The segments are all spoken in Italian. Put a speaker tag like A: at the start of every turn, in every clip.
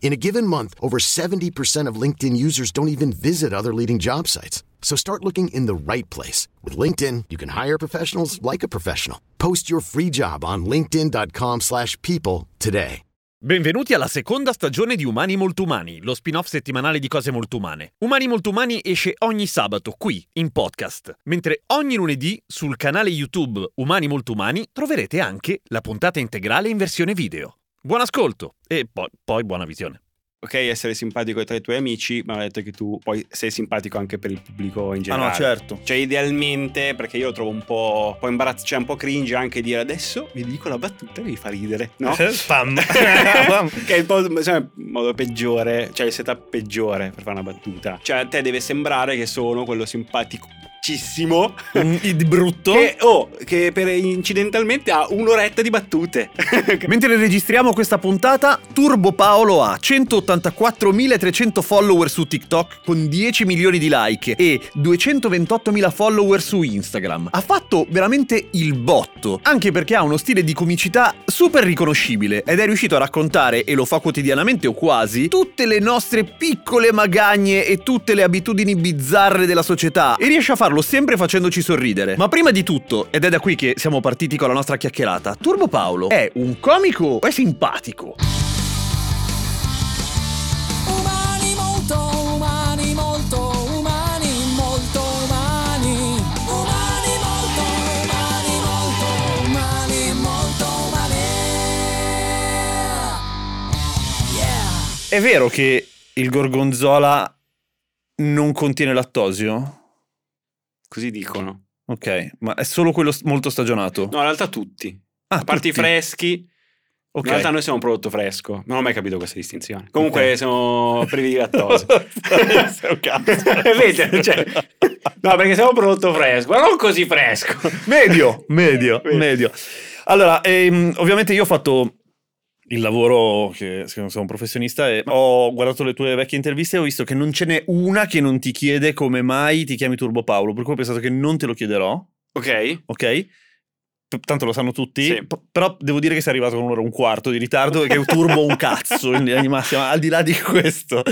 A: In a given month, over 70% of LinkedIn users don't even visit other leading job sites. So start looking in the right place. With LinkedIn, you can hire professionals like a professional. Post your free job on linkedin.com/people slash people today.
B: Benvenuti alla seconda stagione di Umani Molto Umani, lo spin-off settimanale di cose molto umane. Umani Molto Umani esce ogni sabato qui, in podcast, mentre ogni lunedì sul canale YouTube Umani Molto Umani troverete anche la puntata integrale in versione video. Buon ascolto e poi, poi buona visione.
C: ok essere simpatico tra i tuoi amici, ma ho detto che tu poi sei simpatico anche per il pubblico in
D: Ah
C: generale.
D: no, certo.
C: Cioè, idealmente, perché io lo trovo un po', un po imbarazzo, cioè un po' cringe anche dire adesso vi dico la battuta e vi fa ridere, no?
D: Spam.
C: che è il po', insomma, il modo peggiore, cioè il setup peggiore per fare una battuta. Cioè, a te deve sembrare che sono quello simpaticissimo
D: Mm, di brutto.
C: che, oh, che per incidentalmente ha un'oretta di battute.
D: Mentre registriamo questa puntata, Turbo Paolo ha 184.300 follower su TikTok con 10 milioni di like e 228.000 follower su Instagram. Ha fatto veramente il botto, anche perché ha uno stile di comicità super riconoscibile ed è riuscito a raccontare, e lo fa quotidianamente o quasi, tutte le nostre piccole magagne e tutte le abitudini bizzarre della società e riesce a farlo sempre facendoci sorridere. Ma prima di tutto, ed è da qui che siamo partiti con la nostra chiacchierata, Turbo Paolo è un comico o è simpatico?
E: Umani molto umani molto umani molto umani Umani molto umani molto umani molto umani Yeah
D: È vero che il gorgonzola non contiene lattosio?
C: Così dicono.
D: Ok, ma è solo quello s- molto stagionato.
C: No, in realtà tutti.
D: Ah,
C: A parte i
D: tutti.
C: freschi,
D: Ok.
C: In realtà noi siamo un prodotto fresco, non ho mai capito questa distinzione. Comunque
D: Ok.
C: siamo privi di lattosio.
D: Sei un cazzo.
C: Vedi, cioè, no, perché siamo un prodotto fresco, ma non così fresco.
D: medio, medio,
C: Medio.
D: medio. Allora, ehm, ovviamente io ho fatto il lavoro che sono sono un professionista e ho guardato le tue vecchie interviste e ho visto che non ce n'è una che non ti chiede come mai ti chiami Turbo Paolo, per cui ho pensato che non te lo chiederò,
C: Ok, eh,
D: ok? P- Tanto lo sanno tutti,
C: Sì.
D: p- però devo dire che sei arrivato con un'ora e un quarto di ritardo e che è un turbo un cazzo in linea di massima, al di là di questo.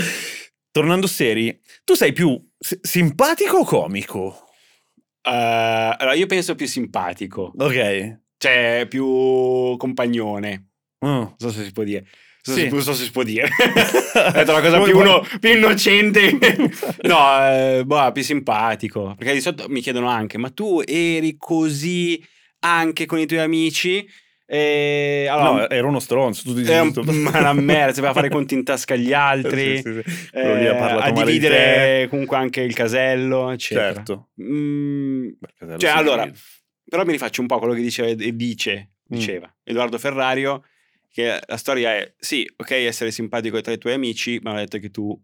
D: Tornando seri, tu sei più s- simpatico o comico?
C: Eh, allora io penso più simpatico,
D: Ok.
C: cioè più compagnone,
D: Mm.
C: non so se si può dire. Non so,
D: Sì.
C: se, non so se si può dire. Ho detto una cosa più, uno- più innocente. no, eh, boh, più simpatico. Perché di solito mi chiedono anche, ma tu eri così anche con i tuoi amici? E, allora,
D: no, era uno stronzo. Tu dici
C: È un-
D: tutto.
C: ma una merda, sapeva fare i conti in tasca agli altri,
D: Sì, sì, sì.
C: eh,
D: Quello lì ha parlato
C: a
D: male di te.
C: dividere comunque anche il casello, eccetera.
D: Certo.
C: Mm,
D: Beh, casello,
C: Cioè,
D: sì,
C: allora,
D: sì.
C: però mi rifaccio un po' quello che diceva e dice,
D: Mm.
C: diceva Edoardo Ferrario, che la storia è, sì, ok essere simpatico tra i tuoi amici, ma ho detto che tu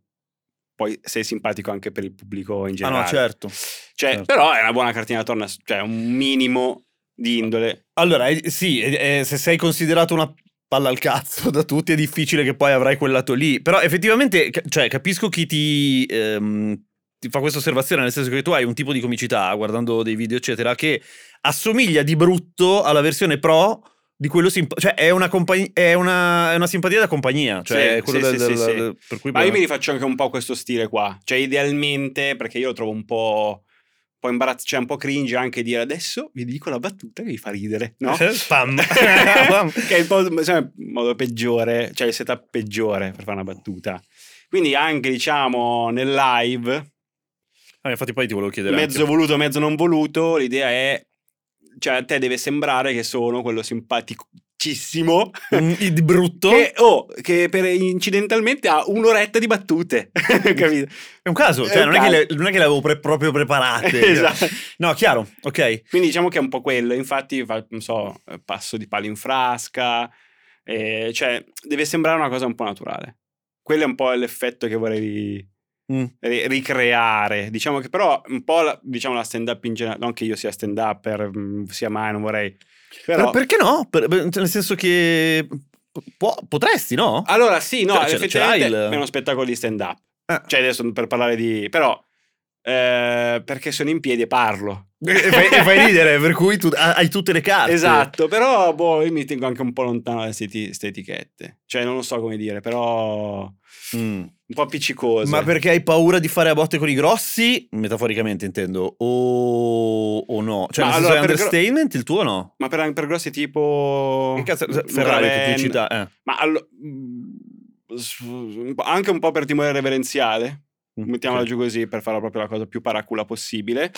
C: poi sei simpatico anche per il pubblico in
D: Ah
C: generale.
D: no, certo.
C: Cioè,
D: certo.
C: però è una buona cartina da torna, cioè un minimo di indole.
D: Allora, eh, sì, eh, eh, se sei considerato una palla al cazzo da tutti è difficile che poi avrai quel lato lì. Però effettivamente, ca- cioè, capisco chi ti, ehm, ti fa questa osservazione, nel senso che tu hai un tipo di comicità, guardando dei video, eccetera, che assomiglia di brutto alla versione pro di quello simp- cioè è una, compagni- è, una, è una simpatia da compagnia cioè
C: Sì,
D: è quello
C: sì,
D: del,
C: sì,
D: del-
C: sì, sì.
D: del- per cui
C: Ma io mi rifaccio anche un po' questo stile qua. Cioè, idealmente, perché io lo trovo un po'. Un po' imbarazzo, cioè un po' cringe anche dire adesso vi dico la battuta che vi fa ridere, no?
D: spam
C: che è il, po- insomma, il modo peggiore, cioè il setup peggiore per fare una battuta. Quindi anche, diciamo, nel live,
D: Ah, infatti poi ti volevo chiedere
C: mezzo
D: anche.
C: voluto, mezzo non voluto, l'idea è, cioè a te deve sembrare che sono quello simpaticissimo
D: Mm, di brutto
C: che, oh, che per incidentalmente ha un'oretta di battute, capito?
D: È un caso,
C: È
D: cioè
C: un
D: non, È che
C: caso.
D: le, non è che le avevo pre- proprio preparate.
C: Esatto.
D: No, chiaro, ok.
C: Quindi diciamo che è un po' quello, infatti fa- non so, eh, passo di palo in frasca, eh, cioè deve sembrare una cosa un po' naturale. Quello è un po' l'effetto che vorrei
D: Mm.
C: ri- ricreare. Diciamo che però un po' la, diciamo la stand up in generale, non che io sia stand up, sia mai, non vorrei. Però,
D: Però perché no? Per- per- nel senso che può- potresti, no?
C: Allora sì, no,
D: Cioè, ce-
C: effettivamente
D: ce l'hai il-
C: è uno spettacolo di stand up.
D: Ah.
C: Cioè adesso per parlare di... però eh, perché sono in piedi e parlo.
D: e, fai, e fai ridere, per cui tu ha- hai tutte le carte.
C: Esatto, però boh, io mi tengo anche un po' lontano da queste etichette. Cioè non lo so come dire, però un
D: Mm.
C: po' appiccicose.
D: Ma perché hai paura di fare a botte con i grossi? Metaforicamente intendo. O, o no? Cioè,
C: Ma
D: nel senso
C: allora,
D: è
C: per gro-
D: understatement il tuo o no?
C: Ma per, per grossi tipo...
D: Che cazzo,
C: Luca
D: Ferrari che
C: Venn,
D: tu cita, eh.
C: Ma allo- mh, s- un po'- anche un po' per timore reverenziale, mettiamola
D: Mm, Ok.
C: giù così per farla proprio la cosa più paracula possibile.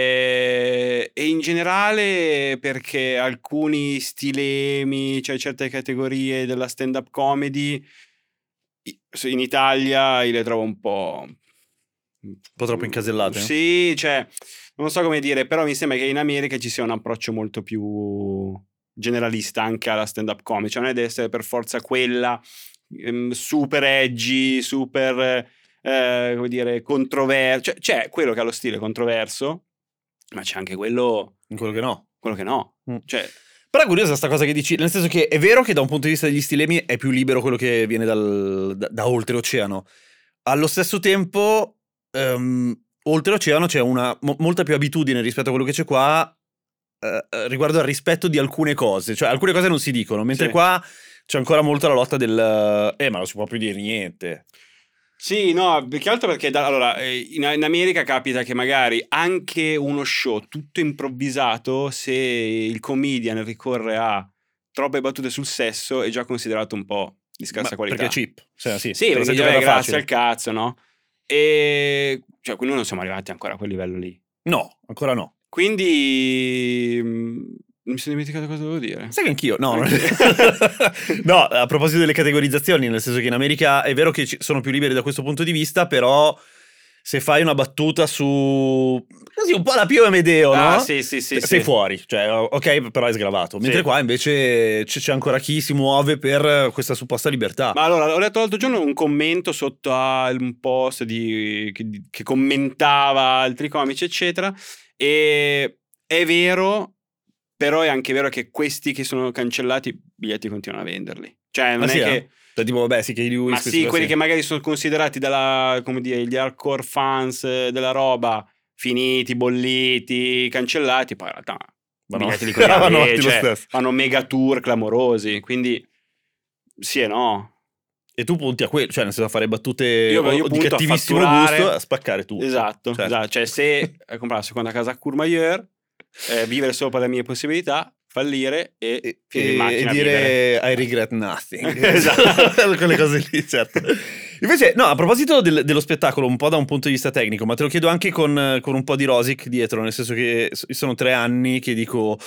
C: E, e in generale perché alcuni stilemi, cioè certe categorie della stand-up comedy i- se- in Italia io le trovo un po'... Un
D: po' troppo incasellate, eh? no?
C: Sì, cioè, non so come dire, però mi sembra che in America ci sia un approccio molto più generalista anche alla stand-up comedy, cioè non è deve essere per forza quella ehm, super edgy, super eh, come dire controverso, cioè c'è quello che ha lo stile controverso, ma c'è anche quello,
D: In quello che no.
C: quello che no,
D: Mm.
C: cioè
D: Però è curiosa sta cosa che dici, nel senso che è vero che da un punto di vista degli stilemi è più libero quello che viene dal, da, da oltreoceano. Allo stesso tempo, ehm, oltreoceano c'è una mo- molta più abitudine rispetto a quello che c'è qua eh, eh, riguardo al rispetto di alcune cose, cioè alcune cose non si dicono, mentre
C: Sì.
D: qua c'è ancora molto la lotta del eh ma non si può più dire niente.
C: Sì, no, più che altro perché da- allora, eh, in, in America capita che magari anche uno show tutto improvvisato, se il comedian ricorre a troppe battute sul sesso, è già considerato un po' di scarsa
D: Ma-
C: qualità.
D: Perché è cheap. Cioè, sì, te
C: Sì,
D: la
C: perché
D: sei
C: già
D: giocata
C: grazie
D: facile.
C: al cazzo, no? E cioè, quindi non siamo arrivati ancora a quel livello lì.
D: No, ancora no.
C: Quindi mh, mi sono dimenticato cosa dovevo dire.
D: Sai che anch'io, no. non è- no, a proposito delle categorizzazioni, nel senso che in America è vero che ci- sono più liberi da questo punto di vista, però se fai una battuta su... così un po' la Pio e Medeo,
C: ah,
D: no?
C: sì, sì, sì,
D: Sei
C: sì.
D: fuori, cioè ok, però è sgravato. Mentre
C: Sì.
D: qua invece c- c'è ancora chi si muove per questa supposta libertà.
C: Ma allora, ho letto l'altro giorno un commento sotto a un post di- che, di- che commentava altri comici, eccetera. E è vero, però è anche vero che questi che sono cancellati, i biglietti continuano a venderli. Cioè, non
D: Ah,
C: è
D: sì,
C: che.
D: eh? Cioè, tipo, vabbè, sì, che i
C: Ma sì, quelli che magari sono considerati dalla, come dire, gli hardcore fans eh, della roba finiti, bolliti, cancellati, poi in realtà
D: Vanno
C: biglietti li
D: avanti-
C: compriamo,
D: vanno
C: eh,
D: avanti lo
C: cioè,
D: stesso.
C: fanno mega tour clamorosi, quindi sì e no.
D: E tu punti a quello, cioè nel senso a fare battute o-
C: io
D: di
C: punto a
D: cattivissimo
C: fatturare.
D: gusto, a spaccare tutto.
C: Esatto,
D: Certo.
C: esatto. Cioè, se eh, comprare la seconda casa a Courmayeur, eh, vivere solo per le mie possibilità, fallire e,
D: e,
C: finire in
D: e-
C: macchina
D: e
C: a vivere.
D: dire I regret nothing.
C: Esatto.
D: Quelle cose lì, certo. Invece, no, a proposito del- dello spettacolo, un po' da un punto di vista tecnico, ma te lo chiedo anche con, con un po' di Rosic dietro, nel senso che so- sono tre anni che dico...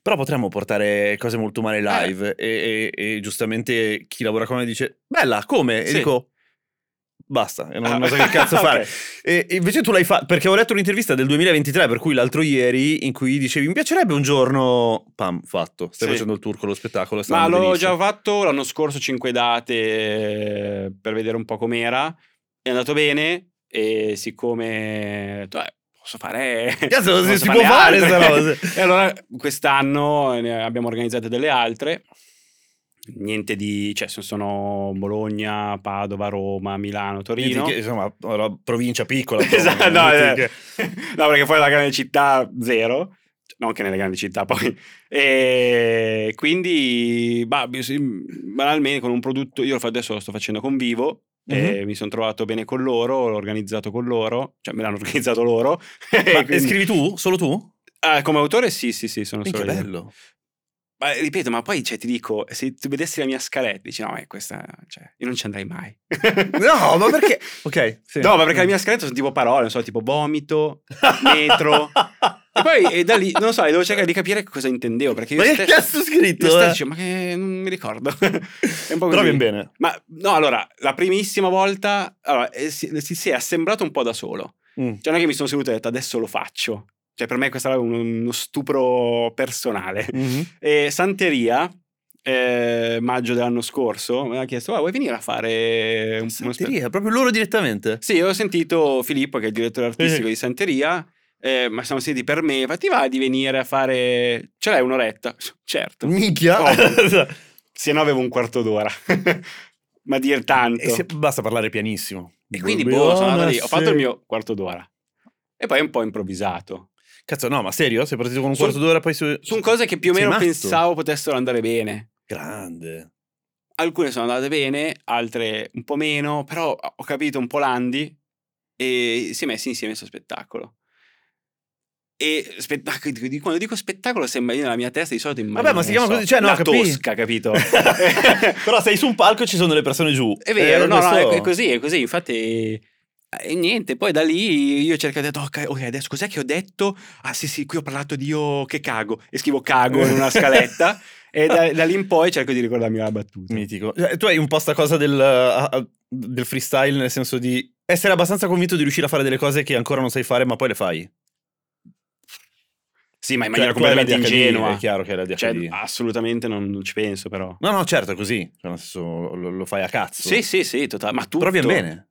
D: Però potremmo portare cose molto umane
C: Eh.
D: live e, e- e giustamente chi lavora con me dice bella, come? E
C: Sì.
D: dico basta, e non,
C: Ah,
D: non so che cazzo
C: ok.
D: fare. E e invece tu l'hai fatto perché ho letto un'intervista del 2023, per cui l'altro ieri, in cui dicevi mi piacerebbe un giorno, pam, fatto. Stai
C: Sì.
D: facendo il tour con lo spettacolo. sta
C: Ma
D: andando
C: l'ho
D: benissimo.
C: già fatto l'anno scorso, cinque date eh, per vedere un po' com'era. È andato bene e siccome ho detto, "Eh, posso fare...
D: Cazzo,
C: posso
D: si, si può fare
C: farne
D: sta
C: altre".
D: roba.
C: E allora quest'anno ne abbiamo organizzate delle altre. Niente di... cioè sono Bologna, Padova, Roma, Milano, Torino.
D: Quindi, Insomma, una provincia piccola.
C: Esatto,
D: insomma,
C: no,
D: quindi
C: eh.
D: che-
C: no, perché poi la grande città zero, non che nelle grandi città poi. E quindi, bah, bi- sì, banalmente con un prodotto, io lo fa- adesso lo sto facendo con Vivo. E
D: Mhm.
C: mi sono trovato bene con loro, l'ho organizzato con loro, cioè me l'hanno organizzato loro.
D: Ma
C: E Eh, quindi-
D: scrivi tu? Solo tu?
C: Ah, come autore sì, sì, sì, sono
D: Minchia,
C: solo io.
D: bello.
C: Ma, ripeto, ma poi cioè, ti dico, se tu vedessi la mia scaletta, dici no, eh, questa, cioè, io non ci andrei mai.
D: No, ma perché? Ok, sì.
C: No, ma perché la mia scaletta sono tipo parole, non so, tipo vomito, metro. E poi eh, e da lì, non lo so, e devo cercare di capire cosa intendevo. Perché io
D: Ma che
C: stesso-
D: cazzo ho scritto?
C: io stesso
D: eh?
C: dicevo, ma che non mi ricordo. È un po' così.
D: Però viene bene.
C: Ma no, allora, la primissima volta allora, eh, si, si, si è assemblato un po' da solo.
D: Mm.
C: Cioè, non è che mi sono seduto e ho detto adesso lo faccio. Cioè, per me questa roba è un- uno stupro personale.
D: Mhm.
C: E Santeria eh, maggio dell'anno scorso, mi ha chiesto: "Ah, vuoi venire a fare un, uno spettacolo?
F: Santeria, proprio loro direttamente.
C: Sì, ho sentito Filippo, che è il direttore artistico di Santeria, eh, ma siamo sentiti per me. Ma ti va di venire a fare. Ce l'hai un'oretta? Certo.
D: Mm.
F: Minchia.
C: Oh. Se no, avevo un quarto d'ora. ma dir tanto.
D: E se- basta parlare pianissimo.
C: E quindi, boh, sono andato lì. Ho fatto il mio quarto d'ora. E poi un po' improvvisato.
D: Cazzo, no, ma serio? Sei partito con un
C: Sono-
D: quarto d'ora poi su...
C: Sono cose che più o
D: Sei
C: meno
D: matto?
C: pensavo potessero andare bene.
D: Grande.
C: Alcune sono andate bene, altre un po' meno, però ho capito un po' l'Andy e si è messi insieme questo spettacolo. E spettacolo, di- quando dico spettacolo sembra io nella mia testa di solito immagino
D: Vabbè, ma si
C: non
D: chiama
C: so,
D: così, cioè, no,
C: una
D: capì?
C: tosca, capito?
D: Però sei su un palco e ci sono delle persone giù.
C: È vero,
D: Eh,
C: no, no,
D: questo-
C: è è così, è così. Infatti, eh, e niente, poi da lì io cerco di dire, ok, ok, adesso cos'è che ho detto? Ah sì, sì, qui ho parlato di io che cago. E scrivo cago in una scaletta. e da, da lì in poi cerco di ricordarmi la battuta.
D: Mitico. Cioè, Tu hai un po' sta cosa del, uh, uh, del freestyle, nel senso di essere abbastanza convinto di riuscire a fare delle cose che ancora non sai fare, ma poi le fai.
C: Sì, ma in
D: Cioè,
C: maniera
D: quella
C: completamente
D: di AHD,
C: ingenua.
D: È chiaro che è la DHD.
C: Cioè, assolutamente non, non ci penso, però.
D: No, no, certo, è così. Cioè, nel senso, lo, lo fai a cazzo.
C: Sì, sì, sì, totale. Ma tutto.
D: Però viene bene.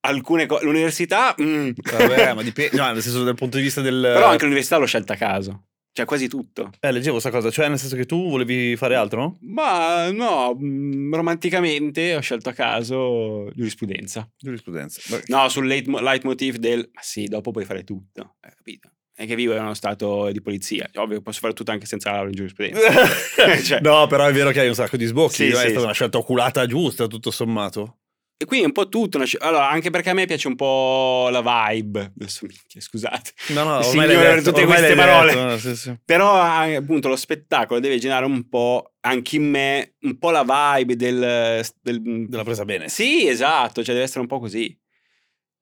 C: Alcune cose. L'università. mm.
D: Vabbè, ma dipende. No, nel senso, dal punto di vista del.
C: Però anche l'università l'ho scelta a caso. Cioè, quasi tutto.
D: Eh, leggevo sta cosa. Cioè, nel senso che tu volevi fare altro, no?
C: Ma no, mm, romanticamente ho scelto a caso giurisprudenza.
D: Giurisprudenza. Vabbè.
C: No, sul leit- leitmotiv del ma sì, dopo puoi fare tutto, hai capito? È che vivo in uno stato di polizia, ovvio, posso fare tutto anche senza la laurea in giurisprudenza. Cioè,
D: No, però è vero che hai un sacco di sbocchi.
C: Sì,
D: eh, è
C: sì,
D: stata
C: sì.
D: una scelta oculata giusta, tutto sommato.
C: E quindi è un po' tutto. una sci- Allora, anche perché a me piace un po' la vibe. Adesso minchia, scusate.
D: No, no, ormai
C: Il signore
D: l'hai
C: per
D: detto,
C: tutte
D: ormai
C: queste
D: l'hai
C: parole.
D: detto, no, sì, sì.
C: Però ah, appunto lo spettacolo deve generare un po' anche in me un po' la vibe del, del-
D: L'ha presa bene.
C: Sì, esatto, cioè deve essere un po' così.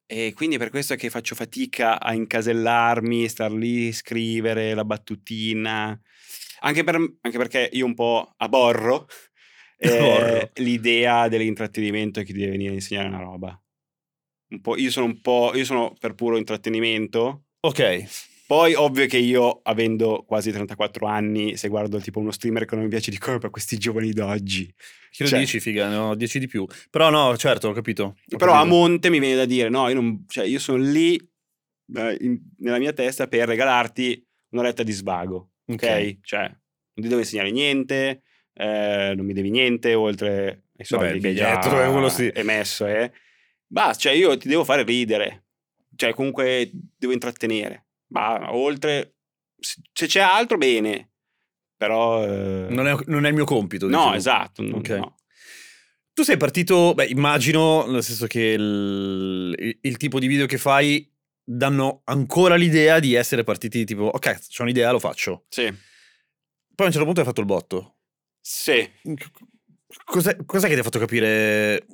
C: E quindi è per questo che faccio fatica a incasellarmi, star lì, scrivere la battutina. Anche, per- anche perché io un po' aborro eh,
D: Aborro.
C: l'idea dell'intrattenimento e chi deve venire a insegnare una roba. Un po', io sono un po', io sono per puro intrattenimento.
D: Ok.
C: Poi ovvio che io, avendo quasi 34 anni, se guardo tipo uno streamer che non mi piace di come per questi giovani d'oggi,
D: Chi lo
C: Cioè-
D: dici, figa? Ne ho 10 di più. Però no, certo, ho capito. ho
C: Però a
D: capito.
C: monte mi viene da dire: no, io, non- cioè, io sono lì eh, in- nella mia testa per regalarti un'oretta di svago. Ok?
D: Ok.
C: Cioè, non ti devo insegnare niente, eh, non mi devi niente oltre ai soldi
D: Vabbè, il
C: che hai
D: biglietto,
C: già
D: eh, quello sì.
C: emesso. Eh. Basta, cioè, io ti devo fare ridere, cioè, comunque devo intrattenere. Ma oltre, se se c'è altro, bene, però. eh,
D: Non è, non è il mio compito.
C: no,
D: dici tu.
C: esatto. non-
D: Ok.
C: no.
D: Tu sei partito, beh, immagino, nel senso che il, il- il tipo di video che fai danno ancora l'idea di essere partiti tipo, ok, c'ho un'idea, lo faccio.
C: Sì.
D: Poi a un certo punto hai fatto il botto.
C: Sì.
D: Cos'è, cos'è che ti ha fatto capire?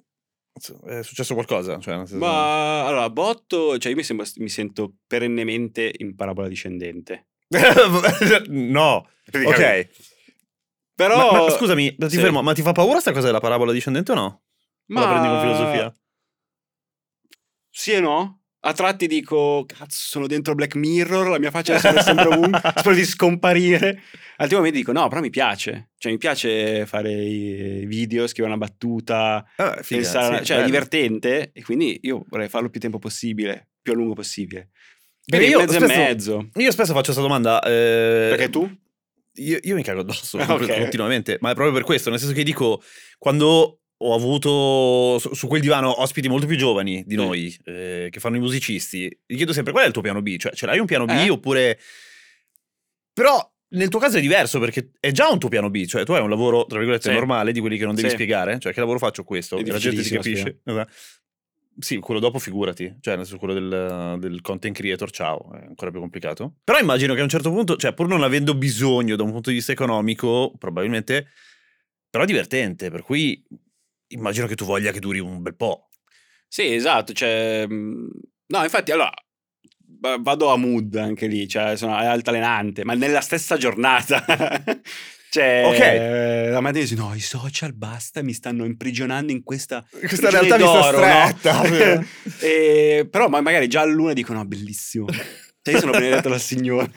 D: È successo qualcosa? Cioè, nel senso-
C: Ma allora, botto, cioè io mi, sembra- mi sento perennemente in parabola discendente.
D: no,
C: Praticamente.
D: ok.
C: Però
D: Ma- ma scusami, ti
C: Sì.
D: fermo, ma ti fa paura sta cosa della parabola discendente o no? Ma... La
C: Ma-
D: prendi con filosofia?
C: Sì e no? A tratti dico, cazzo, sono dentro Black Mirror, la mia faccia adesso è sempre ovunque, spero di scomparire. Altri momenti dico, no, però mi piace. Cioè, mi piace fare i video, scrivere una battuta,
D: Ah, figa,
C: pensare-
D: sì,
C: cioè, è
D: bello.
C: divertente. E quindi io vorrei farlo più tempo possibile, più a lungo possibile.
D: Perché
C: Quindi
D: io
C: mezzo
D: spesso-
C: e mezzo.
D: Io spesso faccio questa domanda. eh,
C: Perché tu?
D: Io, io mi cago addosso
C: Ah,
D: compl-
C: ok.
D: continuamente, ma è proprio per questo, nel senso che dico, quando ho avuto su, su quel divano ospiti molto più giovani di
C: Sì.
D: noi, eh, che fanno i musicisti, gli chiedo sempre qual è il tuo piano B, cioè ce l'hai un piano B
C: Eh?
D: oppure... Però nel tuo caso è diverso perché è già un tuo piano B, cioè tu hai un lavoro, tra virgolette,
C: Sì.
D: normale di quelli che non devi
C: Sì.
D: spiegare, cioè che lavoro faccio questo,
C: È
D: e la gente si
C: difficilissimo
D: capisce. Esatto. Sì, quello dopo figurati, cioè nel senso quello del, del content creator, ciao, è ancora più complicato. Però immagino che a un certo punto, cioè pur non avendo bisogno da un punto di vista economico, probabilmente, però è divertente, per cui immagino che tu voglia che duri un bel po'.
C: Sì, esatto. Cioè, mh, no, infatti, allora va- vado a mood anche lì, cioè sono, è altalenante, ma nella stessa giornata. cioè,
D: Ok.
C: eh, la mattina dici: No, i social basta, mi stanno imprigionando in questa.
D: Questa
C: prigione d'oro, no?"
D: stretta.
C: Eh, però ma- magari già a luna dicono: No, bellissimo. Cioè, io sono benedetto dal Signore.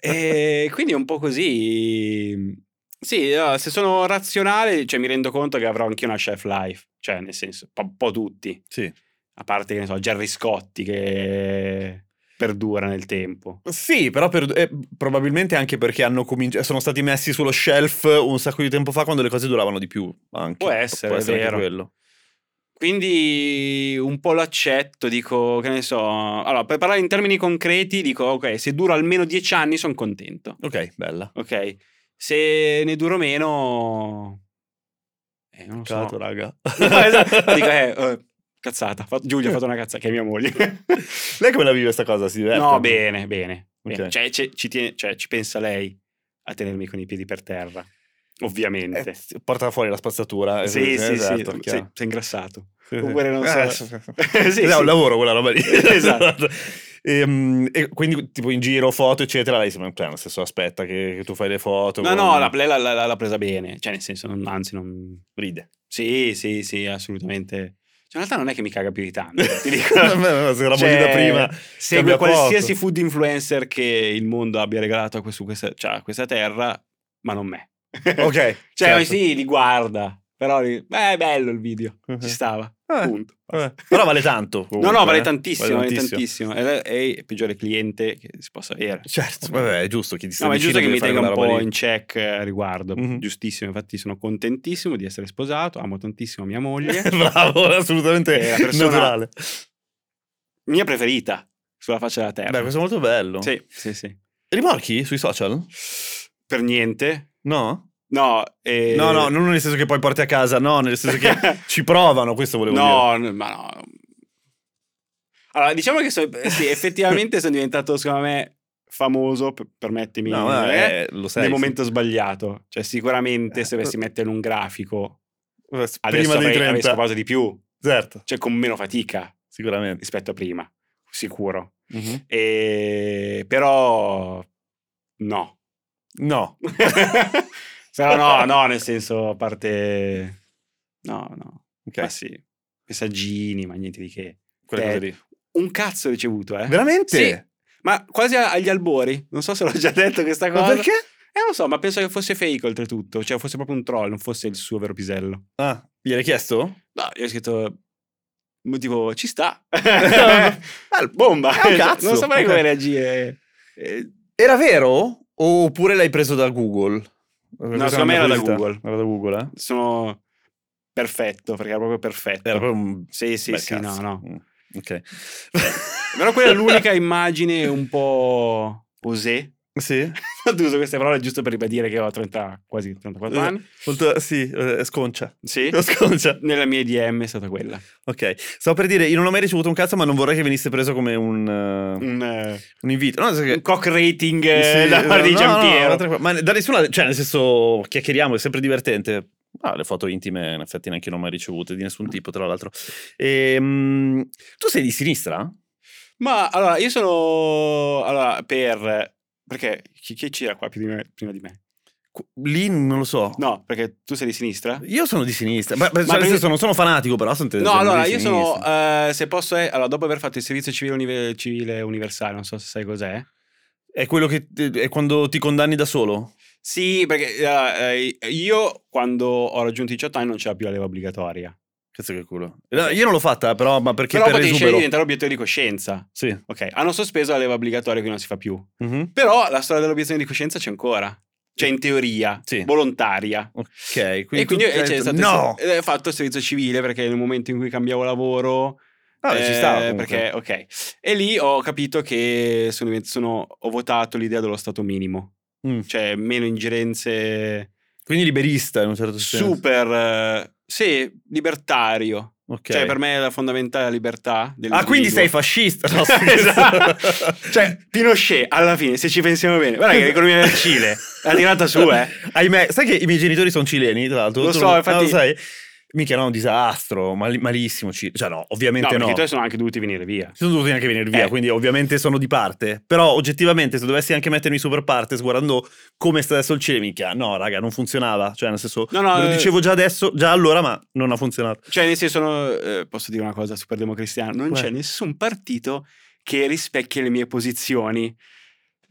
C: E quindi è un po' così. Sì, no, se sono razionale, cioè mi rendo conto che avrò anche una chef life, cioè nel senso, un po', un po' tutti,
D: Sì.
C: a parte che ne so, Gerry Scotti che perdura nel tempo.
D: Sì, però per- eh, probabilmente anche perché hanno cominci- sono stati messi sullo shelf un sacco di tempo fa quando le cose duravano di più. Anche.
C: Può essere, è
D: anche
C: vero.
D: quello.
C: Quindi un po' lo accetto, dico, che ne so. Allora, per parlare in termini concreti, dico, ok, se dura almeno dieci anni sono contento,
D: Ok, bella.
C: ok? Se ne duro meno... Eh, non lo so.
D: Peccato, raga.
C: Esatto. Dico, eh, eh, cazzata. Fa- Giulia ha fatto una cazzata, che è mia moglie.
D: Certo. Lei come la vive sta cosa? Si diverte? Eh,
C: no, bene, bene. bene.
D: Ok.
C: Cioè, ci- ci tiene- cioè, ci pensa lei a tenermi con i piedi per terra, ovviamente.
D: Eh, porta fuori la spazzatura. eh,
C: sì, sì,
D: esatto,
C: sì, sì,
D: chiaro.
C: sei ingrassato.
D: Sì, sì.
C: Oppure non so.
D: Ah, sì, sì, sì.
C: Sì,
D: È
C: sì.
D: un lavoro quella roba lì.
C: Esatto.
D: Ehm, E, quindi, tipo in giro, foto, eccetera. Lei sembra, cioè, nel senso, aspetta che, che tu fai le foto.
C: No,
D: con-
C: no, la- lei l'ha, l'ha- l'ha presa bene, cioè nel senso, non- anzi non...
D: ride.
C: Sì, sì, sì, assolutamente. Cioè, in realtà non è che mi caga più di tanto, ti dico. Cioè,
D: Vabbè, vabbè, se la moglie da prima
C: Segue
D: cambia poco.
C: qualsiasi food influencer che il mondo abbia regalato a, que- su questa, cioè, a questa terra, ma non me.
D: Ok.
C: cioè,
D: certo.
C: sì, li guarda, però li- eh, è bello il video,
D: Mhm.
C: ci stava,
D: Eh,
C: punto.
D: vabbè. Però vale tanto.
C: No,
D: comunque,
C: no, vale
D: eh.
C: tantissimo, vale tantissimo. È, è il peggiore cliente che si possa avere.
D: Certo, vabbè, è giusto che ti stai
C: No, ma è giusto che mi tenga un po' in
D: in
C: check eh, a riguardo.
D: Mhm.
C: Giustissimo, infatti sono contentissimo di essere sposato, amo tantissimo mia moglie,
D: Bravo, assolutamente
C: È eh. la persona-
D: naturale.
C: mia preferita sulla faccia della
D: Beh,
C: terra.
D: questo è molto bello.
C: Sì, sì, sì.
D: Rimorchi sui social?
C: Per niente.
D: No?
C: No, eh,
D: No, no, non nel senso che poi porti a casa, no, nel senso che ci provano, questo volevo dire.
C: No, n- ma no. Allora, diciamo che so- sì, effettivamente sono diventato, secondo me, famoso, per- permettimi,
D: No, ma,
C: eh,
D: eh, lo sai.
C: nel
D: sì.
C: momento sbagliato. Cioè, sicuramente
D: Eh,
C: se avessi mettere un grafico, adesso
D: prima dei
C: avrei, avrei
D: 30.
C: scopato di più,
D: Certo,
C: cioè con meno fatica
D: sicuramente.
C: rispetto a prima, sicuro.
D: Mhm.
C: E- Però, no.
D: No.
C: Però no, no, nel senso, a parte... No, no.
D: Ok.
C: Ma sì, messaggini, ma niente di che.
D: Quelle cose
C: Eh,
D: lì.
C: Un cazzo ricevuto, eh.
D: Veramente?
C: Sì. Ma quasi a- agli albori. Non so se l'ho già detto questa
D: Ma
C: cosa.
D: perché?
C: Eh, non so, ma penso che fosse fake oltretutto. Cioè, fosse proprio un troll, non fosse il suo vero pisello.
D: Ah, gliel'hai chiesto?
C: No, io ho scritto... ma Tipo, ci sta. Ah, Bomba.
D: È un cazzo.
C: Non saprei come
D: Ok.
C: reagire. Eh,
D: Era vero? Oppure l'hai preso da Google? Questa è
C: secondo me
D: una
C: era da
D: curiosità.
C: Google.
D: Era da Google, eh?
C: sono perfetto, perché era proprio perfetto.
D: Era proprio un...
C: Sì, sì,
D: bel
C: sì,
D: cazzo.
C: no, no.
D: Mm, Ok.
C: Però quella è l'unica immagine un po' osé.
D: Sì?
C: Tu uso queste parole giusto per ribadire che ho 30, quasi 34
D: Eh,
C: anni.
D: Molto- sì, eh, sconcia.
C: Sì.
D: Sconcia.
C: Nella mia DM è stata quella.
D: Ok. Stavo per dire, io non ho mai ricevuto un cazzo, ma non vorrei che venisse preso come un, eh,
C: Un, eh,
D: un invito. No, nel senso che-
C: un cock rating eh,
D: Sì, esatto.
C: da parte di
D: no, no,
C: Giampiero.
D: no, tranquillo. ma da nessuna, cioè, nel senso, chiacchieriamo, è sempre divertente. Ah, le foto intime, in effetti, neanche non ho mai ricevute di nessun tipo, tra l'altro. Ehm, tu sei di sinistra?
C: Ma allora, io sono... Allora, per... Perché chi, chi c'era qua più di me- prima di me?
D: Qu- Lì non lo so.
C: No, perché tu sei di sinistra?
D: Io sono di sinistra. Ma, ma- cioè,
C: perché-
D: nel senso, non sono fanatico, però sono
C: No,
D: sono
C: allora,
D: Eh, di
C: io
D: sinistra.
C: sono... eh, se posso... eh, allora, dopo aver fatto il servizio civile, unive- civile universale, non so se sai cos'è. eh,
D: È quello che è quando ti condanni da solo?
C: Sì, perché eh, eh, io quando ho raggiunto i 18 anni non c'era più la leva obbligatoria.
D: Cazzo che culo. No, io non l'ho fatta, però, ma perché
C: Però
D: per
C: potevi
D: esubero.
C: scegliere di diventare obiettore di coscienza.
D: Sì.
C: Ok, hanno sospeso la leva obbligatoria, quindi non si fa più.
D: Mhm.
C: Però la storia dell'obiezione di coscienza c'è ancora. Cioè, in teoria,
D: Sì.
C: volontaria.
D: Ok, quindi,
C: e quindi
D: tu- cioè,
C: eh, c'è stato il-
D: No!
C: eh, ho fatto il servizio civile perché nel momento in cui cambiavo lavoro.
D: Vabbè, Ah, ci
C: eh,
D: sta, comunque.
C: perché, ok. E lì ho capito che sono divent- sono- ho votato l'idea dello stato minimo,
D: Mm.
C: cioè meno ingerenze,
D: Quindi liberista in un certo senso.
C: super, eh, sì, libertario.
D: Ok.
C: Cioè, per me è la fondamentale la libertà.
D: Ah, quindi sei
C: fatto
D: fascista? No,
C: esatto. Cioè, Pinochet, alla fine, se ci pensiamo bene, guarda che l'economia del Cile l'ha tirata su, eh.
D: Ahimè, sai che i miei genitori sono cileni, tra l'altro.
C: Lo
D: Tu
C: so,
D: non-
C: infatti-
D: ah, lo sai? Mica no, un disastro, mal- malissimo. Cile. Cioè no,
C: No,
D: ovviamente
C: perché
D: no.
C: i tuoi sono anche dovuti venire via.
D: Sono dovuti anche venire via,
C: Eh.
D: quindi ovviamente sono di parte. Però oggettivamente, se dovessi anche mettermi super partes guardando come sta adesso il Cile, minchia, no, raga, non funzionava. Cioè, nel senso,
C: No, no,
D: ve lo
C: eh.
D: dicevo già adesso, già allora, ma non ha funzionato.
C: Cioè, nel senso, sono, eh, posso dire una cosa super democristiana, non
D: Vai.
C: c'è nessun partito che rispecchi le mie posizioni.